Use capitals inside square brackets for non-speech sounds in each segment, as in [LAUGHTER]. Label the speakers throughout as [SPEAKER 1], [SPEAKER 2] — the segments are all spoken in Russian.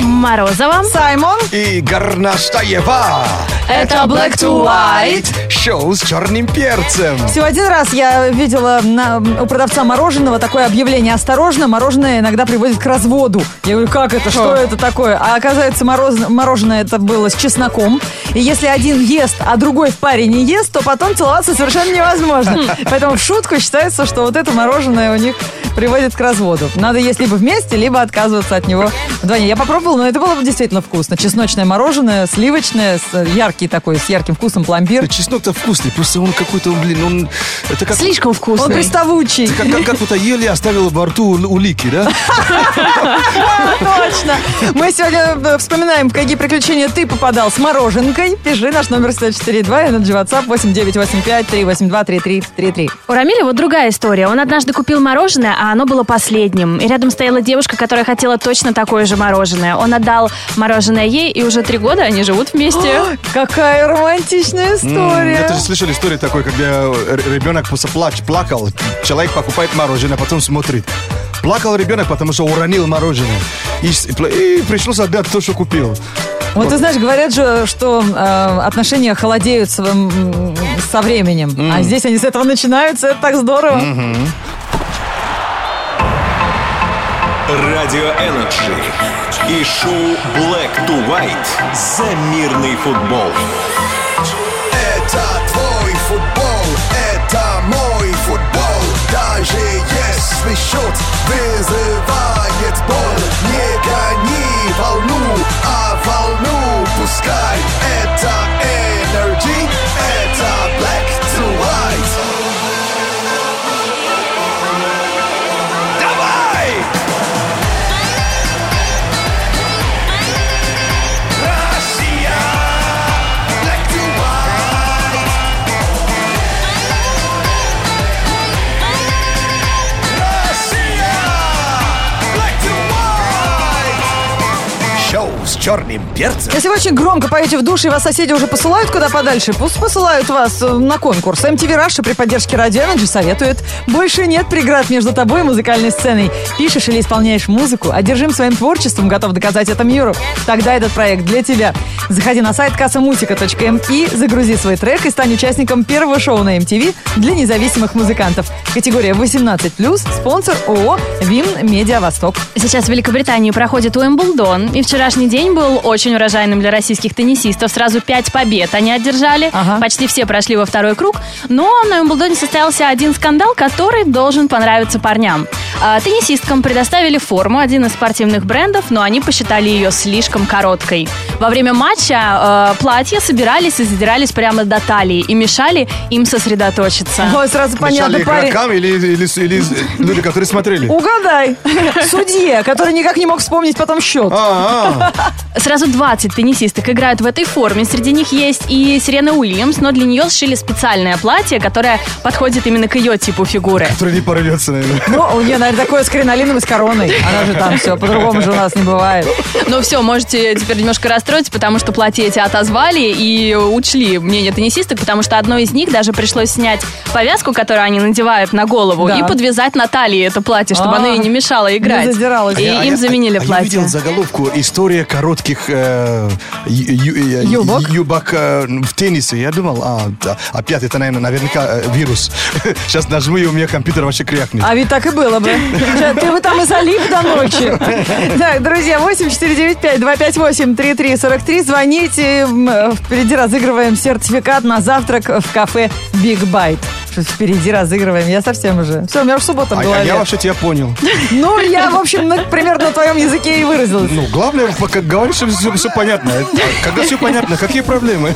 [SPEAKER 1] Морозова.
[SPEAKER 2] Саймон.
[SPEAKER 3] И Горнаштаева.
[SPEAKER 1] Это Black to White.
[SPEAKER 3] Шоу с черным перцем.
[SPEAKER 2] Всего один раз я видела на- у продавца мороженого такое объявление. Осторожно, мороженое иногда приводит к разводу. Я говорю, как это? Что это такое? А оказывается, мороз- мороженое это было с чесноком. И если один ест, а другой в паре не ест, то потом целоваться совершенно невозможно. Поэтому в шутку считается, что вот это мороженое у них приводит к разводу. Надо есть либо вместе, либо отказываться от него вдвойне. Я попробовала, но это было действительно вкусно. Чесночное мороженое, сливочное, с- яркий такой, с ярким вкусом пломбир.
[SPEAKER 3] Чеснок-то вкусный, просто он какой-то, он, блин, он... Это как...
[SPEAKER 1] Слишком
[SPEAKER 2] Он
[SPEAKER 1] вкусный.
[SPEAKER 2] приставучий.
[SPEAKER 3] Как, как, как будто еле оставил во рту у- улики, да?
[SPEAKER 2] Точно. Мы сегодня э, вспоминаем, в какие приключения ты попадал с мороженкой. Пиши наш номер 104.2 и на WhatsApp 8985-382-3333.
[SPEAKER 1] У Рамиля вот другая история. Он однажды купил мороженое, а оно было последним. И рядом стояла девушка, которая хотела точно такое же мороженое. Он отдал мороженое ей, и уже три года они живут вместе.
[SPEAKER 2] Какая романтичная
[SPEAKER 3] Я
[SPEAKER 2] история.
[SPEAKER 3] тоже слышал историю такой, когда э, р- ребенок просто плач, плакал. Человек покупает мороженое, потом смотрит. Плакал ребенок, потому что уронил мороженое. И, с- и пла- и пришлось отдать то, что купил.
[SPEAKER 2] Вот ты знаешь, говорят же, что э, отношения холодеют с, м, со временем. А здесь они с этого начинаются, это так здорово.
[SPEAKER 4] Радио Энерджи и шоу Black to White за мирный футбол.
[SPEAKER 5] Это твой футбол, это мой футбол. Даже если счет вызывает боль, не гони волну, а волну пускай. Это Energy, это Black to White. Давай! Россия! Black to White! Россия! Black to White! Шоу с черным перцем.
[SPEAKER 2] Если вы очень громко поете в душе, и вас соседи уже посылают куда подальше, пусть посылают вас э, на конкурс. MTV Раша при поддержке Радио Energy советует. Больше нет преград между тобой и музыкальной сценой. Пишешь или исполняешь музыку, одержим своим творчеством, готов доказать это миру. Тогда этот проект для тебя. Заходи на сайт kassamusica.mi, загрузи свой трек и стань участником первого шоу на MTV для независимых музыкантов. Категория 18+, спонсор ООО «Вим Медиа Восток».
[SPEAKER 1] Сейчас в Великобритании проходит Уимблдон, и вчерашний день был очень урожайным для российских теннисистов. Сразу пять побед они одержали,
[SPEAKER 2] Ага.
[SPEAKER 1] почти все прошли во второй круг, но на Уимблдоне состоялся один скандал, который должен понравиться парням. А, Теннисисткам предоставили форму, один из спортивных брендов, но они посчитали ее слишком короткой. Во время матча э, платья собирались и задирались прямо до талии и мешали им сосредоточиться.
[SPEAKER 2] Ой, сразу понятно,
[SPEAKER 3] Мешали
[SPEAKER 2] парень.
[SPEAKER 3] игрокам или, или, или с- люди, которые смотрели. [LAUGHS]
[SPEAKER 2] Угадай. Судье, который никак не мог вспомнить потом счет.
[SPEAKER 3] А, а.
[SPEAKER 1] Сразу 20 теннисисток играют в этой форме. Среди них есть и Сирена Уильямс, но для нее сшили специальное платье, которое подходит именно к ее типу фигуры.
[SPEAKER 3] Который не порвется, наверное.
[SPEAKER 2] Ну, у нее, наверное, такое с кринолином и с короной. Она же там все, по-другому же у нас не бывает.
[SPEAKER 1] Но все, Ну можете теперь немножко расстроиться, потому что платье эти отозвали и учли мнение теннисисток, потому что одной из них даже пришлось снять повязку, которую они надевают на голову,
[SPEAKER 2] Да.
[SPEAKER 1] и подвязать на талии это платье, чтобы
[SPEAKER 2] А,
[SPEAKER 1] оно ей не мешало играть.
[SPEAKER 2] задиралось.
[SPEAKER 1] И
[SPEAKER 2] А я-
[SPEAKER 1] им заменили
[SPEAKER 3] а я
[SPEAKER 1] платье.
[SPEAKER 3] видел заголовку «История коротких э, ю- ю- э,
[SPEAKER 2] Юбок?
[SPEAKER 3] юбок, э, в теннисе». Я думал, а, да, опять это, наверное, наверняка э, вирус. [LAUGHS] Сейчас нажму, и у меня компьютер вообще крякнет.
[SPEAKER 2] А ведь так и было бы. Чё, Ты бы там и залип до ночи. Так, друзья, 8495-258-3343. Звоните. м, э, Впереди разыгрываем сертификат на завтрак в кафе Биг Байт. Что Впереди разыгрываем. Я совсем уже. Все, у меня уже суббота в
[SPEAKER 3] А я-
[SPEAKER 2] голове.
[SPEAKER 3] я вообще тебя понял.
[SPEAKER 2] Ну, я, в общем, на- примерно на твоем языке и выразилась.
[SPEAKER 3] Ну, главное, пока говоришь, что все, понятно. а, Когда все понятно, какие проблемы?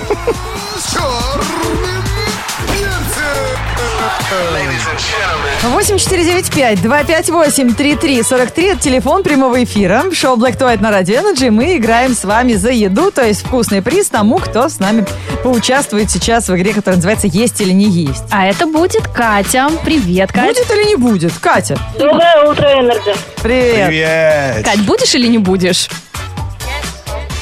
[SPEAKER 5] Черным перцем.
[SPEAKER 2] 8495-258-3343 это телефон прямого эфира. Шоу Black to White на Радио Energy. Мы играем с вами за еду, то есть вкусный приз тому, кто с нами поучаствует сейчас в игре, которая называется «Есть или не есть».
[SPEAKER 1] А это будет Катя. Привет, Катя.
[SPEAKER 2] Будет или не будет? Катя,
[SPEAKER 6] Доброе утро, Энерджи.
[SPEAKER 2] привет.
[SPEAKER 5] Э,
[SPEAKER 3] Привет.
[SPEAKER 1] Кать, будешь или не будешь?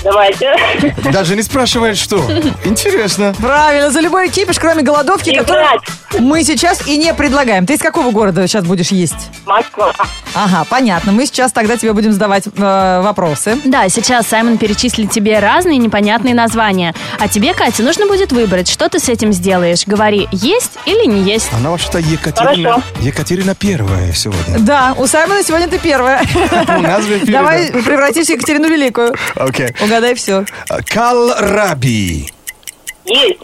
[SPEAKER 6] Давайте. [LAUGHS]
[SPEAKER 3] Даже не спрашивает, что. Интересно.
[SPEAKER 2] Правильно, за любой кипиш, кроме голодовки,
[SPEAKER 6] Не
[SPEAKER 2] которую
[SPEAKER 6] брать.
[SPEAKER 2] мы сейчас и не предлагаем. Ты из какого города сейчас будешь есть?
[SPEAKER 6] Москва.
[SPEAKER 2] Ага, понятно. Мы сейчас тогда тебе будем задавать э, вопросы.
[SPEAKER 1] Да, сейчас Саймон перечислит тебе разные непонятные названия. А тебе, Катя, нужно будет выбрать, что ты с этим сделаешь. Говори, есть или не
[SPEAKER 2] [LAUGHS]
[SPEAKER 1] есть.
[SPEAKER 3] Она вообще-то Екатерина.
[SPEAKER 6] Хорошо.
[SPEAKER 3] Екатерина первая сегодня.
[SPEAKER 2] Да, у Саймона сегодня ты первая.
[SPEAKER 3] У нас в эфире,
[SPEAKER 2] Давай превратись в Екатерину Великую.
[SPEAKER 3] да. Окей.
[SPEAKER 2] Угадай все.
[SPEAKER 3] Калраби.
[SPEAKER 6] Есть.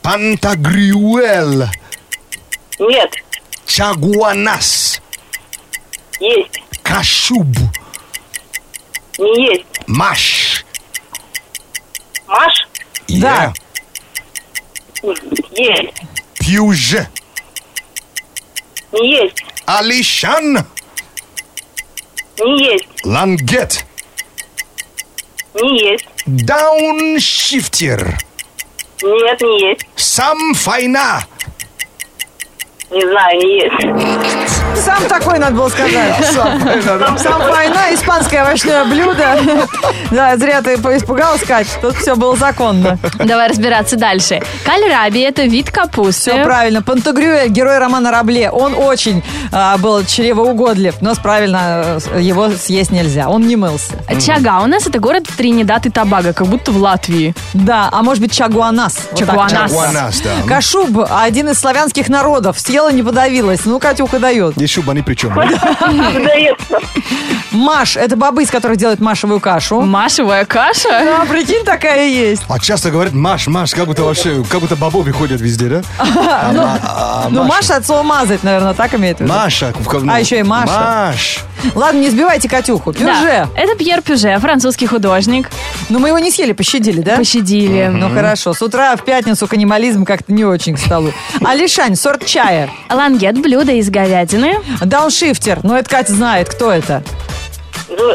[SPEAKER 3] Пантагрюэль.
[SPEAKER 6] Нет.
[SPEAKER 3] Чагуанас.
[SPEAKER 6] Есть.
[SPEAKER 3] Кашуб.
[SPEAKER 6] Не есть.
[SPEAKER 3] Маш.
[SPEAKER 6] Маш.
[SPEAKER 2] Да.
[SPEAKER 3] Е.
[SPEAKER 6] Есть.
[SPEAKER 3] Пьюж.
[SPEAKER 6] Не есть.
[SPEAKER 3] Алишан.
[SPEAKER 6] Не есть.
[SPEAKER 3] Лангет.
[SPEAKER 6] Не есть.
[SPEAKER 3] Дауншифтер.
[SPEAKER 6] Нет, не есть.
[SPEAKER 3] Самфайна.
[SPEAKER 6] Не знаю, не есть. [LAUGHS]
[SPEAKER 2] Сам такой надо было сказать. Сам война, испанское овощное блюдо. Да, зря ты поиспугалась, Кать. Тут все было законно.
[SPEAKER 1] Давай разбираться дальше. Кальраби – это вид капусты.
[SPEAKER 2] Все правильно. Пантагрюэль, герой романа Рабле, он очень а, был чревоугодлив, но с- правильно э, его съесть нельзя. Он не мылся.
[SPEAKER 1] А Чага у нас это город в Тринидад и Тобаго, как будто в Латвии.
[SPEAKER 2] Да, а может быть чагуанас. Вот так.
[SPEAKER 1] Чагуанас.
[SPEAKER 3] Чагуанас, да.
[SPEAKER 2] Кашуб, один из славянских народов, съела не подавилась. Ну, Катюха дает.
[SPEAKER 3] И шуба ни при чем.
[SPEAKER 6] Выдается.
[SPEAKER 2] Маш, это бобы, из которых делают машевую кашу.
[SPEAKER 1] Машевая каша?
[SPEAKER 2] Да, прикинь, такая есть.
[SPEAKER 3] А часто говорят Маш, Маш, как будто вообще, как будто бобови ходят везде,
[SPEAKER 2] [LAUGHS]
[SPEAKER 3] да? А Ма- а
[SPEAKER 2] Ну,
[SPEAKER 3] Маша-
[SPEAKER 2] Маша от слова мазать, наверное, так имеет в виду.
[SPEAKER 3] Маша. в- ну,
[SPEAKER 2] А, еще и Маша.
[SPEAKER 3] Маш.
[SPEAKER 2] Ладно, не сбивайте Катюху.
[SPEAKER 1] Да.
[SPEAKER 2] Пюже.
[SPEAKER 1] Это Пьер Пюже, французский художник.
[SPEAKER 2] Но Ну, мы его не съели, пощадили, да?
[SPEAKER 1] Пощадили.
[SPEAKER 2] Ну хорошо, с утра в пятницу каннибализм как-то не очень к столу. Алишань, сорт чая.
[SPEAKER 1] Лангет – блюдо из говядины.
[SPEAKER 2] Дауншифтер, ну это Катя знает, кто это.
[SPEAKER 6] Ну,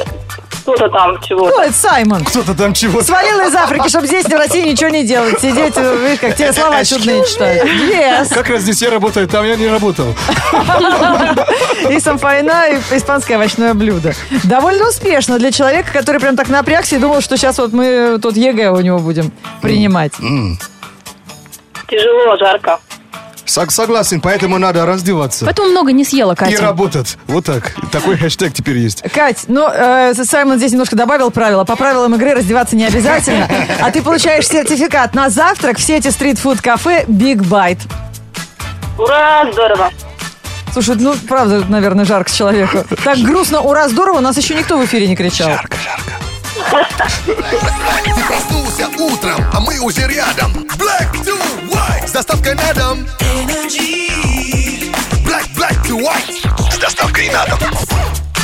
[SPEAKER 6] Кто-то там чего.
[SPEAKER 2] Ну это Саймон.
[SPEAKER 3] Кто-то там чего
[SPEAKER 2] Свалил из Африки, чтобы здесь, в России, ничего не делать. Сидеть, э, видишь, как тебе слова чудные читают. Yes.
[SPEAKER 3] Как раз здесь я работаю, там я не работал.
[SPEAKER 2] И самфайна, и испанское овощное блюдо. Довольно успешно для человека, который прям так напрягся и думал, что сейчас вот мы тут ЕГЭ у него будем принимать.
[SPEAKER 6] Тяжело, жарко.
[SPEAKER 3] Сог- Согласен, поэтому надо раздеваться.
[SPEAKER 1] Поэтому много не съела,
[SPEAKER 3] И
[SPEAKER 1] Катя.
[SPEAKER 3] работать. Вот так. Такой хэштег теперь есть.
[SPEAKER 2] Кать, ну, э, Саймон здесь немножко добавил правила. По правилам игры раздеваться не обязательно. А ты получаешь сертификат на завтрак в сети стритфуд-кафе «Биг Байт».
[SPEAKER 6] Ура, здорово.
[SPEAKER 2] Слушай, ну, правда, наверное, жарко человеку. Так грустно, ура, здорово, у нас еще никто в эфире не кричал.
[SPEAKER 5] Ты проснулся утром, а мы уже рядом. Black to white. С доставкой на дом. Black, black to white. С доставкой на дом.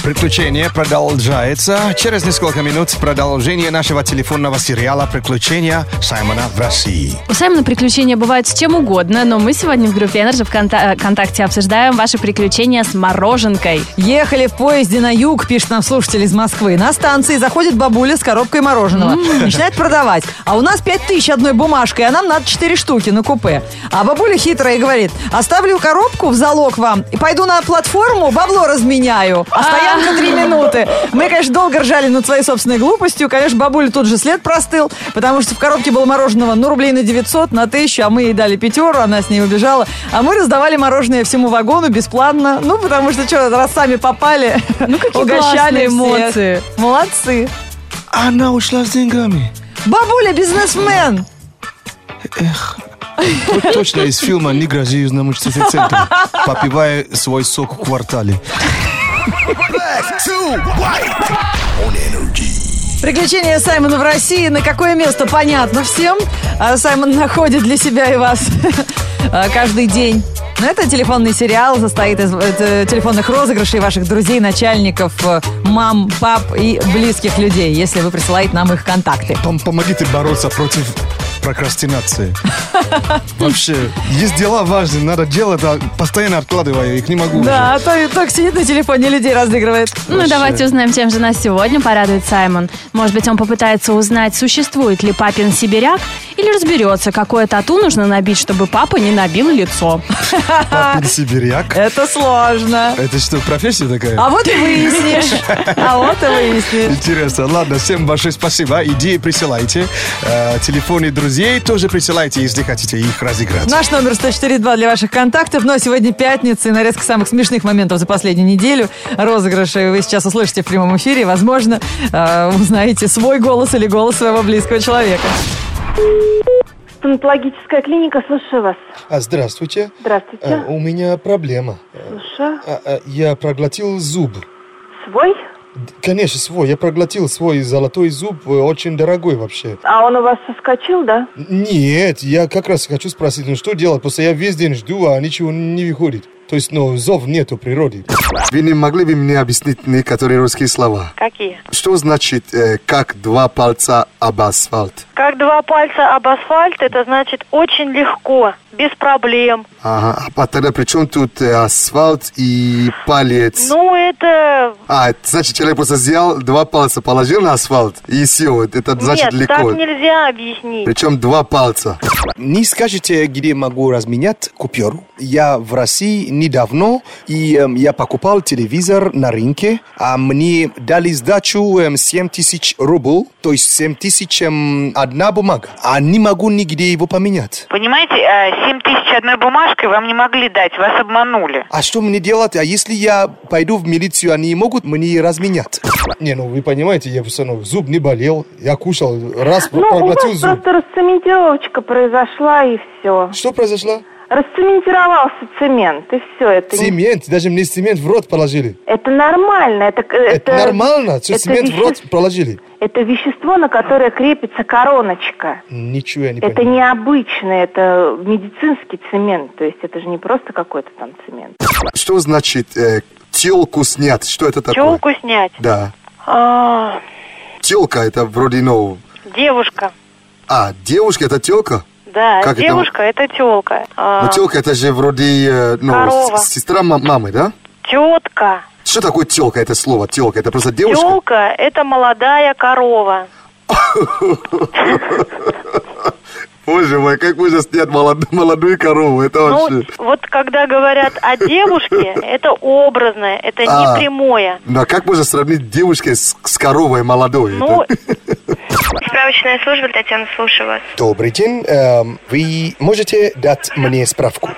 [SPEAKER 3] Приключение продолжается. Через несколько минут продолжение нашего телефонного сериала «Приключения Саймона в России».
[SPEAKER 1] У Саймона приключения бывают с чем угодно, но мы сегодня в группе Energy ВКонта- э, ВКонтакте обсуждаем ваши приключения с мороженкой.
[SPEAKER 2] Ехали в поезде на юг, пишет нам слушатель из Москвы. На станции заходит бабуля с коробкой мороженого. Начинает продавать. А у нас 5 тысяч одной бумажкой, а нам надо 4 штуки на купе. А бабуля хитрая и говорит, оставлю коробку в залог вам и пойду на платформу, бабло разменяю. А стоянка 3 минуты. Мы, конечно, долго ржали над своей собственной глупостью. Конечно, бабуля тут же след простыл, потому что в коробке было мороженого ну рублей на 900, на 1000, а мы ей дали пятеру, она с ней убежала. А мы раздавали мороженое всему вагону бесплатно. Ну, потому что, что, раз сами
[SPEAKER 1] [LAUGHS]
[SPEAKER 2] попали, ну,
[SPEAKER 1] какие классные
[SPEAKER 2] угощали всех.
[SPEAKER 1] эмоции.
[SPEAKER 2] Молодцы.
[SPEAKER 3] Она ушла с деньгами.
[SPEAKER 2] Бабуля бизнесмен.
[SPEAKER 3] Тут точно из фильма «Не грози южному центру», попивая свой сок в квартале.
[SPEAKER 5] Black to white. On energy.
[SPEAKER 2] Приключения Саймона в России. На какое место, понятно всем. А Саймон находит для себя и вас [LAUGHS] а, каждый день. Но это телефонный сериал, состоит из э, телефонных розыгрышей ваших друзей, начальников, э, мам, пап и близких людей, если вы присылаете нам их контакты.
[SPEAKER 3] Пом- Помогите бороться против прокрастинации. Вообще, есть дела важные, надо делать, а постоянно откладываю, их не могу. уже.
[SPEAKER 2] Да, а то- так сидит на телефоне людей разыгрывает.
[SPEAKER 1] Ну, давайте узнаем, чем же нас сегодня порадует Саймон. Может быть, он попытается узнать, существует ли папин сибиряк, или разберется, какое тату нужно набить, чтобы папа не набил лицо.
[SPEAKER 3] Папин сибиряк.
[SPEAKER 2] Это сложно.
[SPEAKER 3] Это что, профессия такая?
[SPEAKER 2] А вот и выяснишь. А вот и выяснишь.
[SPEAKER 3] Интересно. Ладно, всем большое спасибо. Идеи присылайте. Э, телефоны друзей тоже присылайте, если хотите их разыграть.
[SPEAKER 2] Наш номер 104.2 для ваших контактов. Но сегодня пятница и нарезка самых смешных моментов за последнюю неделю. Розыгрыши вы сейчас услышите в прямом эфире. Возможно, э, узнаете свой голос или голос своего близкого человека.
[SPEAKER 7] Стоматологическая клиника, слушаю вас.
[SPEAKER 3] А, здравствуйте.
[SPEAKER 7] Здравствуйте.
[SPEAKER 3] Э, у меня проблема. Э,
[SPEAKER 7] Слушаю.
[SPEAKER 3] а, а, я проглотил зуб.
[SPEAKER 7] Свой?
[SPEAKER 3] Д- Конечно, свой. Я проглотил свой золотой зуб, э, очень дорогой вообще.
[SPEAKER 7] А он у вас соскочил, да?
[SPEAKER 3] Нет, я как раз хочу спросить, ну что делать? Просто я весь день жду, а ничего не выходит. То есть, ну, зов нету природы.
[SPEAKER 5] Вы не могли бы мне объяснить некоторые русские слова?
[SPEAKER 7] Какие?
[SPEAKER 5] Что значит э, «как два пальца об асфальт»?
[SPEAKER 7] Как два пальца об асфальт, это значит очень легко, без проблем.
[SPEAKER 5] Ага, а по- тогда при чем тут э, асфальт и палец?
[SPEAKER 7] Ну, это...
[SPEAKER 5] А, это значит, человек просто взял два пальца, положил на асфальт и сел. Это значит
[SPEAKER 7] Нет,
[SPEAKER 5] легко.
[SPEAKER 7] так нельзя объяснить.
[SPEAKER 5] Причем два пальца.
[SPEAKER 3] Не скажете, где могу разменять купюру? Я в России недавно, и эм, я покупал телевизор на рынке, а мне дали сдачу эм, 7 тысяч рубль, то есть 7 тысяч эм, одна бумага, а не могу нигде его поменять.
[SPEAKER 8] Понимаете, э, 7 тысяч одной бумажкой вам не могли дать, вас обманули.
[SPEAKER 3] А что мне делать? А если я пойду в милицию, они могут мне разменять? Не, ну вы понимаете, я все равно зуб не болел, я кушал, раз
[SPEAKER 7] Ну, у вас просто расцементировочка произошла и все.
[SPEAKER 3] Что произошло?
[SPEAKER 7] Расцементировался цемент, и все. Это, не-
[SPEAKER 3] Цемент, даже мне цемент в рот положили.
[SPEAKER 7] это нормально. Это, к- это- это веще-
[SPEAKER 3] положили.
[SPEAKER 7] Это вещество, на которое крепится короночка.
[SPEAKER 3] Ничего я не
[SPEAKER 7] Это необычный, это медицинский цемент. То есть это же не просто какой-то там цемент.
[SPEAKER 5] Что значит э, «телку снять»? Что это такое?
[SPEAKER 8] Челку снять.
[SPEAKER 5] Да.
[SPEAKER 8] А,
[SPEAKER 5] Телка это вроде, ну...
[SPEAKER 8] девушка.
[SPEAKER 5] А, девушка это телка?
[SPEAKER 8] Да,
[SPEAKER 5] Как это?
[SPEAKER 8] девушка это, А, телка.
[SPEAKER 7] А.
[SPEAKER 5] Ну, телка это же вроде, э, ну,
[SPEAKER 8] Корова.
[SPEAKER 5] с- сестра ма- мамы, да?
[SPEAKER 8] Тетка.
[SPEAKER 5] Что такое телка, это слово телка? Это просто девушка?
[SPEAKER 8] Телка это молодая корова.
[SPEAKER 5] Боже мой, как можно снять молод- молодую корову? Это
[SPEAKER 8] Ну,
[SPEAKER 5] вообще...
[SPEAKER 8] вот когда говорят о девушке,
[SPEAKER 5] [LAUGHS]
[SPEAKER 8] это образное, это
[SPEAKER 5] А.
[SPEAKER 8] не прямое.
[SPEAKER 5] Ну, а как можно сравнить девушку с, с коровой молодой? [LAUGHS]
[SPEAKER 8] Ну,
[SPEAKER 5] Это-
[SPEAKER 9] Справочная служба, Татьяна, слушаю вас.
[SPEAKER 8] э,
[SPEAKER 3] Добрый день. эм, Вы можете дать мне справку?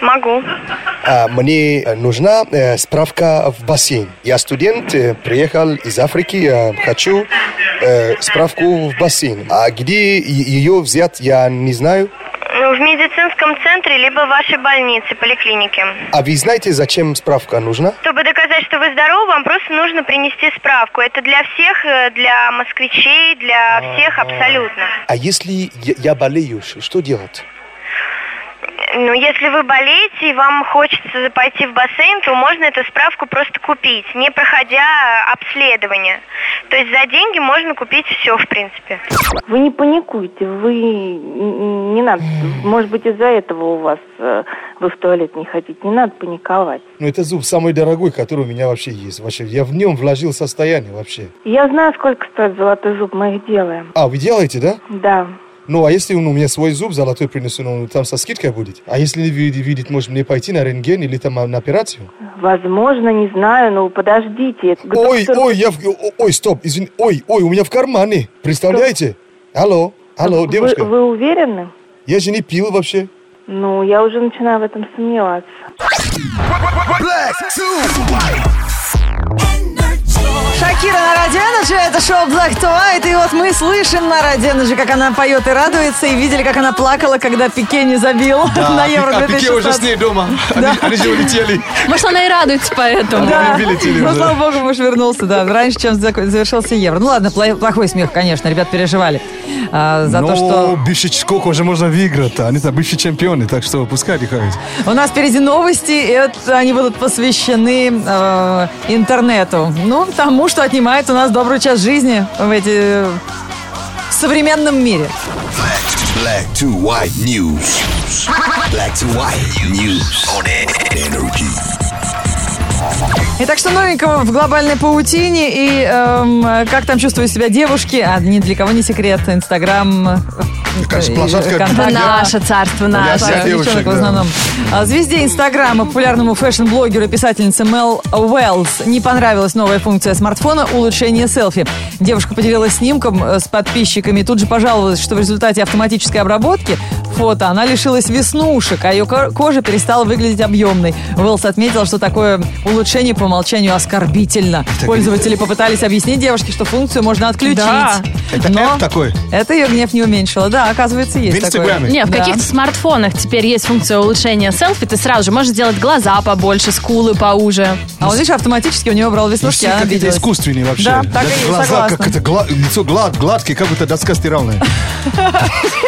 [SPEAKER 9] Могу.
[SPEAKER 3] А, Мне э, нужна э, справка в бассейн. Я студент, э, приехал из Африки, э, хочу э, справку в бассейн. А где е- ее взять, я не знаю.
[SPEAKER 9] Ну, в медицинском центре, либо в вашей больнице, поликлинике.
[SPEAKER 3] А вы знаете, зачем справка нужна?
[SPEAKER 9] Чтобы доказать, что вы здоровы, вам просто нужно принести справку. Это для всех, э, для москвичей, для всех абсолютно.
[SPEAKER 3] А если я я болею, ш- что делать?
[SPEAKER 9] Ну, если вы болеете и вам хочется пойти в бассейн, то можно эту справку просто купить, не проходя э, обследование. То есть за деньги можно купить все, в принципе.
[SPEAKER 7] Вы не паникуйте, вы н- не надо. Может быть, из-за этого у вас э, вы в туалет не хотите. Не надо паниковать.
[SPEAKER 3] Ну, это зуб самый дорогой, который у меня вообще есть. Вообще, я в нем вложил состояние вообще.
[SPEAKER 7] Я знаю, сколько стоит золотой зуб, мы их делаем.
[SPEAKER 3] А, вы делаете, да?
[SPEAKER 7] Да.
[SPEAKER 3] Ну, а если он у меня свой зуб золотой принесу, ну, там со скидкой будет? А если не видит, видит, может мне пойти на рентген или там а, на операцию?
[SPEAKER 7] Возможно, не знаю, но подождите. Это
[SPEAKER 3] Ой,
[SPEAKER 7] доктор-
[SPEAKER 3] ой, я... в- о- Ой, стоп, извини. Ой, ой, у меня в кармане. Представляете? Алло, алло,
[SPEAKER 7] Вы-
[SPEAKER 3] девушка.
[SPEAKER 7] Вы, уверены?
[SPEAKER 3] Я же не пил вообще.
[SPEAKER 7] Ну, я уже начинаю в этом сомневаться.
[SPEAKER 2] Шакира на Радио Energy, это шоу Black to White, и вот мы слышим на Радио Energy, как она поет и радуется, и видели, как она плакала, когда Пике не забил [LAUGHS] на Евро 2016.
[SPEAKER 3] дома. Они же улетели.
[SPEAKER 1] Может, она и радуется поэтому.
[SPEAKER 2] Да. [LAUGHS]
[SPEAKER 3] вылетели
[SPEAKER 2] Ну,
[SPEAKER 3] уже.
[SPEAKER 2] слава богу, муж вернулся, да, раньше, чем зак- завершился Евро. Ну, ладно, пла- плохой смех, конечно, ребят переживали а, за
[SPEAKER 3] Ну,
[SPEAKER 2] то, что...
[SPEAKER 3] сколько уже можно выиграть. Они там бывшие чемпионы, так что пускай лихают.
[SPEAKER 2] У нас впереди новости, и это они будут посвящены э, интернету. Ну, тому, что отнимает у нас добрую часть жизни в эти... в современном мире.
[SPEAKER 3] Black to white news. Black to white news on energy.
[SPEAKER 2] Итак, что новенького в глобальной паутине и эм, э, как там чувствуют себя девушки? А ни для кого не секрет. Инстаграм, э,
[SPEAKER 3] кажется,
[SPEAKER 2] э,
[SPEAKER 3] площадка
[SPEAKER 2] ВКонтакте.
[SPEAKER 1] Это наше царство,
[SPEAKER 3] Я
[SPEAKER 2] Да,
[SPEAKER 3] всех
[SPEAKER 1] наше.
[SPEAKER 2] девчонок
[SPEAKER 3] девушек,
[SPEAKER 2] в
[SPEAKER 3] да.
[SPEAKER 2] основном. А, Звезде Инстаграма, популярному фэшн-блогеру и писательнице Мел Уэллс не понравилась новая функция смартфона улучшение селфи. Девушка поделилась снимком э, с подписчиками и тут же пожаловалась, что в результате автоматической обработки фото она лишилась веснушек, а ее ко- кожа перестала выглядеть объемной. Уэллс отметила, что такое улучшение по умолчанию оскорбительно. Пользователи попытались объяснить девушке, что функцию можно отключить.
[SPEAKER 1] Да.
[SPEAKER 10] Это
[SPEAKER 2] Но
[SPEAKER 10] app такой?
[SPEAKER 2] Это ее гнев не уменьшило. Да, оказывается, есть
[SPEAKER 10] В Инстаграме?
[SPEAKER 1] Не, в
[SPEAKER 2] Да.
[SPEAKER 1] каких-то смартфонах теперь есть функция улучшения селфи. Ты сразу же можешь сделать глаза побольше, скулы поуже.
[SPEAKER 2] А он, видишь, автоматически у него брал
[SPEAKER 10] Ну,
[SPEAKER 2] веснушки,
[SPEAKER 10] все
[SPEAKER 2] а она
[SPEAKER 10] какие-то
[SPEAKER 2] обиделась.
[SPEAKER 10] искусственные вообще.
[SPEAKER 2] Да, так и есть,
[SPEAKER 3] Глаза,
[SPEAKER 2] согласна.
[SPEAKER 3] как это, гла- лицо глад, гладкие, как будто
[SPEAKER 2] [LAUGHS]
[SPEAKER 3] доска стиральная.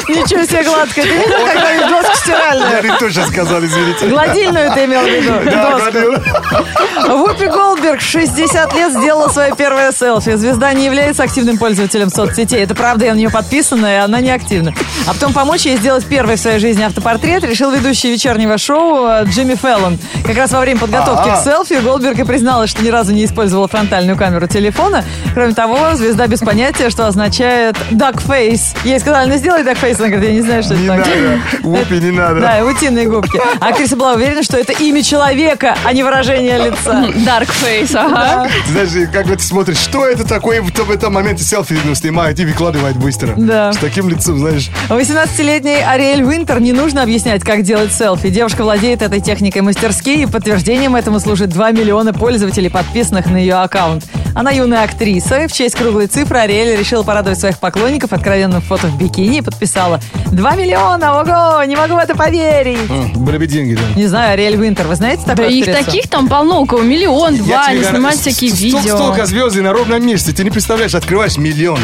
[SPEAKER 2] Ничего себе гладкая. Ты видел когда-нибудь доску стиральную?
[SPEAKER 3] Я тоже сказал, извините.
[SPEAKER 2] Гладильную ты имел в виду? доску. Вупи Голдберг в 60 лет сделала свое первое селфи. Звезда не является активным пользователем соцсетей. Это правда, я на нее подписана, и она не активна. А потом помочь ей сделать первый в своей жизни автопортрет решил ведущий вечернего шоу э, Джимми Фэллон. Как раз во время подготовки к селфи Голдберг и призналась, что ни разу не использовала фронтальную камеру телефона. Кроме того, звезда без понятия, что означает дакфейс. Ей сказали, ну сделай дакфейс. Она говорит, я не знаю, что это такое.
[SPEAKER 3] Упи, не надо.
[SPEAKER 2] Да, и утиные губки. А Актриса была уверена, что это имя человека, а не выражение лица.
[SPEAKER 1] Dark face, ага.
[SPEAKER 3] Знаешь, и как бы ты смотришь, что это такое, и в том- в этом моменте селфи ну, снимает и выкладывает быстро.
[SPEAKER 2] Да.
[SPEAKER 3] С таким лицом, знаешь.
[SPEAKER 2] 18-летней Ариэль Уинтер не нужно объяснять, как делать селфи. Девушка владеет этой техникой мастерски, и подтверждением этому служит 2 миллиона пользователей, подписанных на ее аккаунт. Она юная актриса, и в честь круглой цифры Ариэль решила порадовать своих поклонников откровенным фото в бикини и подписала 2 миллиона, ого, не могу в это поверить.
[SPEAKER 3] а, Были бы деньги, да.
[SPEAKER 2] Не знаю, Ариэль Уинтер, вы знаете такую
[SPEAKER 1] Да их
[SPEAKER 2] актрису?
[SPEAKER 1] таких там полно, у кого миллион, два,
[SPEAKER 3] тебе
[SPEAKER 1] они
[SPEAKER 3] говорю,
[SPEAKER 1] снимают
[SPEAKER 3] с-
[SPEAKER 1] всякие
[SPEAKER 3] с-
[SPEAKER 1] видео.
[SPEAKER 3] Столько звезд на ровном месте. Ты не представляешь, открываешь миллион.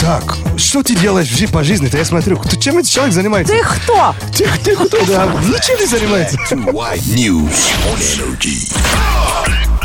[SPEAKER 3] Так, что ты делаешь в жи- по жизни? Я смотрю, кто- чем этот человек занимается?
[SPEAKER 2] Ты кто?
[SPEAKER 3] Тихо, тихо, тихо, да. Ничем не занимается.
[SPEAKER 5] News on energy.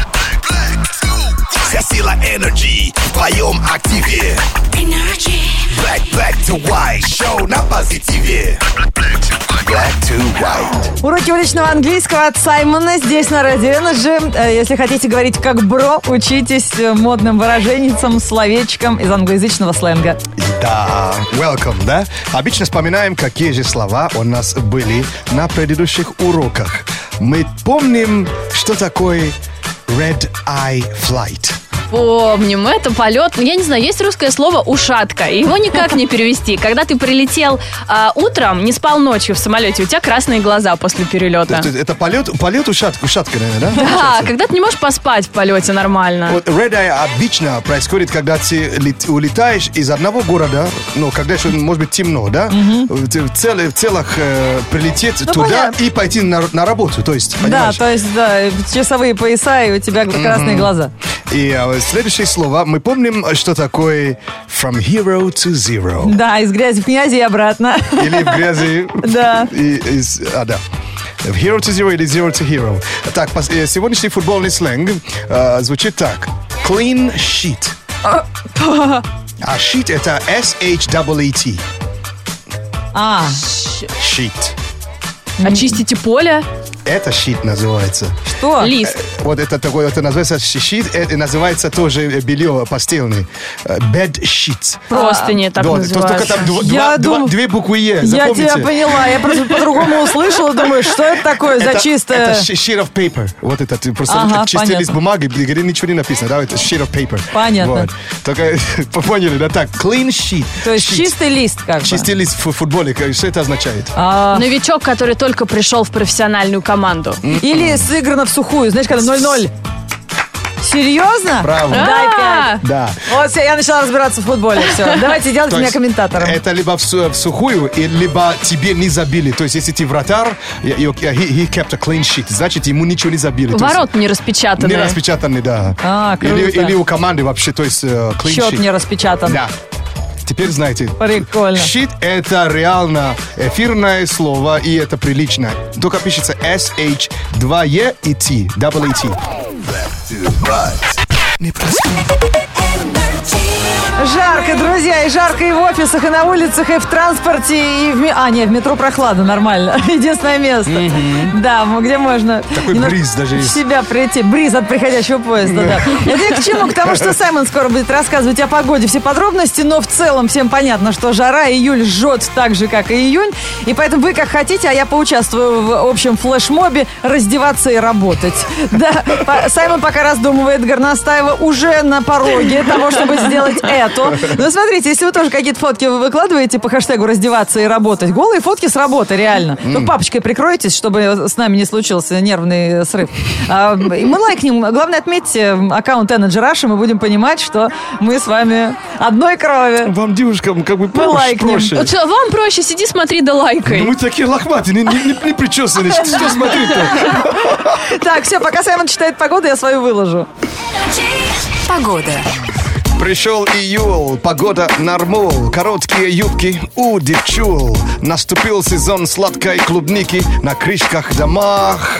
[SPEAKER 5] Вся сила energy в твоем активе. Black, black to white. Шоу на позитиве. Black to white.
[SPEAKER 2] Уроки уличного английского от Саймона здесь на Радио Energy. Э, Если хотите говорить как бро, учитесь э, модным выраженницам, словечкам из англоязычного сленга.
[SPEAKER 3] Да, welcome, да? Обычно вспоминаем, какие же слова у нас были на предыдущих уроках. Мы помним, что такое red eye flight.
[SPEAKER 1] Помним, это полет. Ну, Я не знаю, есть русское слово ушатка. и Его никак не перевести. Когда ты прилетел а, утром, не спал ночью в самолете, у тебя красные глаза после перелета.
[SPEAKER 3] Это, это полет, полет ушатка, ушатка, наверное, да?
[SPEAKER 1] Да, когда ты не можешь поспать в полете нормально.
[SPEAKER 3] Вот Red Eye обычно происходит, когда ты лет- улетаешь из одного города, ну, когда еще, может быть, темно, да? Ты в, цели- в целых э, прилететь туда
[SPEAKER 2] Ну, понятно.
[SPEAKER 3] и пойти на, на работу, то есть, понимаешь?
[SPEAKER 2] Да, то есть, да, часовые пояса, и у тебя красные глаза.
[SPEAKER 3] И э, следующие слова. Мы помним, э, что такое from hero to zero.
[SPEAKER 2] Да, из грязи в князи и обратно.
[SPEAKER 3] Или в грязи...
[SPEAKER 2] Да.
[SPEAKER 3] и- из- а, да. В Hero to Zero или Zero to Hero. Так, пос- э, сегодняшний футбольный сленг э, звучит так. Clean sheet. А sheet это E S-H-E-E-T.
[SPEAKER 2] А,
[SPEAKER 3] Sheet.
[SPEAKER 1] Очистите поле,
[SPEAKER 3] Это щит называется. А,
[SPEAKER 2] что?
[SPEAKER 1] лист.
[SPEAKER 3] Вот это такой, это называется щ- щит, это называется тоже белье постельное. Э, Bed sheet.
[SPEAKER 1] Простыни так
[SPEAKER 3] Да, то- а, только
[SPEAKER 1] называются.
[SPEAKER 3] там дв-
[SPEAKER 2] Я
[SPEAKER 3] два- два-
[SPEAKER 2] дум-
[SPEAKER 3] две буквы Е,
[SPEAKER 2] Я
[SPEAKER 3] запомните.
[SPEAKER 2] тебя поняла, я просто по-другому услышала, думаю, что это такое за
[SPEAKER 3] Это-
[SPEAKER 2] чистое...
[SPEAKER 3] Это щ- sheet of paper. Вот это ты просто
[SPEAKER 2] Ага,
[SPEAKER 3] как чистый
[SPEAKER 2] понятно.
[SPEAKER 3] лист бумаги, где ничего не написано. Да, это sheet of paper.
[SPEAKER 2] Понятно.
[SPEAKER 3] Вот. Только [LAUGHS] поняли, да, так, clean sheet.
[SPEAKER 2] То есть
[SPEAKER 3] Sheet.
[SPEAKER 2] чистый лист как бы.
[SPEAKER 3] Чистый лист в футболе, как- что это означает?
[SPEAKER 2] А.
[SPEAKER 1] Новичок, который только пришел в профессиональную команду.
[SPEAKER 2] Или сыграно в сухую, знаешь, когда 0-0. Серьезно?
[SPEAKER 3] Браво.
[SPEAKER 2] Дай
[SPEAKER 1] А.
[SPEAKER 2] пять.
[SPEAKER 3] Да.
[SPEAKER 2] Вот всё, я начала разбираться в футболе. Все, давайте делать
[SPEAKER 3] То
[SPEAKER 2] меня
[SPEAKER 3] есть
[SPEAKER 2] комментатором.
[SPEAKER 3] Это либо в, су- в сухую, и либо тебе не забили. То есть, если ты вратарь, я- я- he, he kept a clean sheet, значит, ему ничего не забили. То есть
[SPEAKER 1] Ворот не распечатанные.
[SPEAKER 3] Не распечатанный, да.
[SPEAKER 2] А, круто.
[SPEAKER 3] Или, или у команды вообще, то есть, э, clean
[SPEAKER 2] Счет
[SPEAKER 3] sheet.
[SPEAKER 2] не распечатан.
[SPEAKER 3] Да. Теперь знаете.
[SPEAKER 2] Прикольно.
[SPEAKER 3] Щит – это реально эфирное слово, и это прилично. Только пишется SH, 2E и T, double E T.
[SPEAKER 5] Right.
[SPEAKER 3] Не просто.
[SPEAKER 11] energy.
[SPEAKER 2] Жарко, друзья, и жарко и в офисах, и на улицах, и в транспорте, и в... ме- А, нет, в метро прохладно, нормально. [LAUGHS] Единственное место. Да, м- где можно...
[SPEAKER 3] Такой бриз даже
[SPEAKER 2] в
[SPEAKER 3] есть.
[SPEAKER 2] себя прийти. Бриз от приходящего поезда, да. Это я к чему? К тому, что Саймон скоро будет рассказывать о погоде все подробности, но в целом всем понятно, что жара июль жжет так же, как и июнь. И поэтому вы как хотите, а я поучаствую в общем флешмобе раздеваться и работать. [LAUGHS] Да, по- Саймон пока раздумывает, Горностаева уже на пороге того, чтобы сделать это. Но смотрите, если вы тоже какие-то фотки вы выкладываете по хэштегу раздеваться и работать, голые фотки с работы, реально. Ну, папочкой прикройтесь, чтобы с нами не случился нервный срыв. А, и мы лайкнем. Главное, отметьте аккаунт Energy Rush, и мы будем понимать, что мы с вами одной крови.
[SPEAKER 3] Вам, девушкам, как бы проще.
[SPEAKER 2] лайкнем.
[SPEAKER 3] проще.
[SPEAKER 1] Вот что, Вам проще, сиди, смотри да
[SPEAKER 3] Ну,
[SPEAKER 1] лайкай.
[SPEAKER 3] мы такие лохматые, не, не, не причесаны. Что смотреть-то?
[SPEAKER 2] Так, все, пока Саймон читает погоду, я свою выложу.
[SPEAKER 12] Погода.
[SPEAKER 3] Пришел июль, погода нормул, короткие юбки у девчул. Наступил сезон сладкой клубники на крышках домах.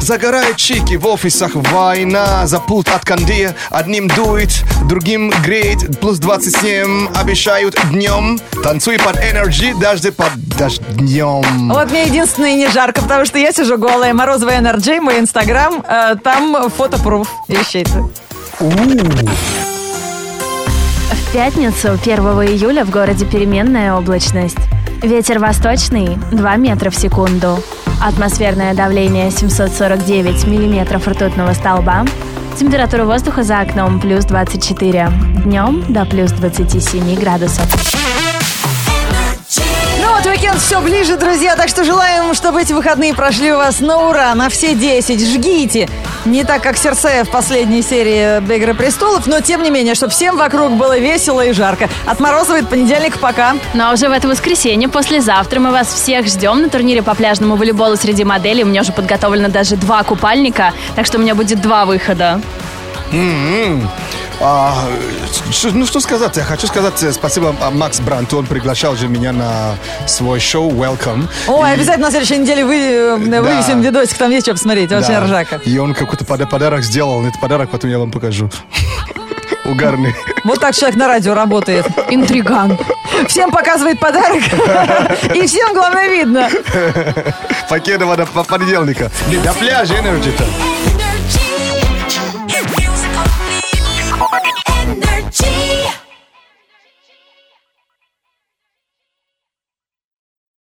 [SPEAKER 3] Загорают чики, в офисах война, за пульт от кондея одним дует, другим греет, плюс 27 обещают днем, танцуй под энерджи, даже под дождем.
[SPEAKER 2] Вот мне единственное не жарко, потому что я сижу голая. Морозовая Энерджи, мой инстаграм, э, там фотопруф вещей-то.
[SPEAKER 13] В пятницу, 1 июля, в городе переменная облачность. Ветер восточный 2 метра в секунду. Атмосферное давление 749 миллиметров ртутного столба. Температура воздуха за окном плюс 24. Днем до плюс 27 градусов.
[SPEAKER 2] Ну вот уикенд все ближе, друзья, так что желаем, чтобы эти выходные прошли у вас на ура, на все 10. Жгите! Не так, как Серсея в последней серии «Игры престолов», но тем не менее, чтобы всем вокруг было весело и жарко. Отморозывает понедельник пока.
[SPEAKER 1] Ну а уже в это воскресенье, послезавтра, мы вас всех ждем на турнире по пляжному волейболу среди моделей. У меня уже подготовлено даже два купальника, так что у меня будет два выхода.
[SPEAKER 3] А, э, что- ну что сказать? Я хочу сказать э, спасибо а, Макс Бранту. Он приглашал же меня на свой шоу Welcome.
[SPEAKER 2] О,
[SPEAKER 3] И-
[SPEAKER 2] обязательно на следующей неделе вы, э,
[SPEAKER 3] Да.
[SPEAKER 2] вывесим видосик, там есть что посмотреть, очень
[SPEAKER 3] Да.
[SPEAKER 2] ржака.
[SPEAKER 3] И он какой-то пода- подарок сделал. Этот подарок потом я вам покажу. [LAUGHS] Угарный.
[SPEAKER 2] Вот так человек на радио работает.
[SPEAKER 1] Интриган.
[SPEAKER 2] Всем показывает
[SPEAKER 3] [LAUGHS]
[SPEAKER 2] подарок, и всем, главное, видно.
[SPEAKER 3] Покедова до по- понедельника. Не, до пляжа энерджи-то.